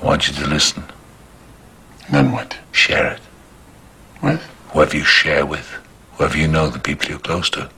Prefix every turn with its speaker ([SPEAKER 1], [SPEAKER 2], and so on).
[SPEAKER 1] I want you to listen.
[SPEAKER 2] Then what?
[SPEAKER 1] Share it.
[SPEAKER 2] What?
[SPEAKER 1] Whoever you share with, whoever you know, the people you're close to.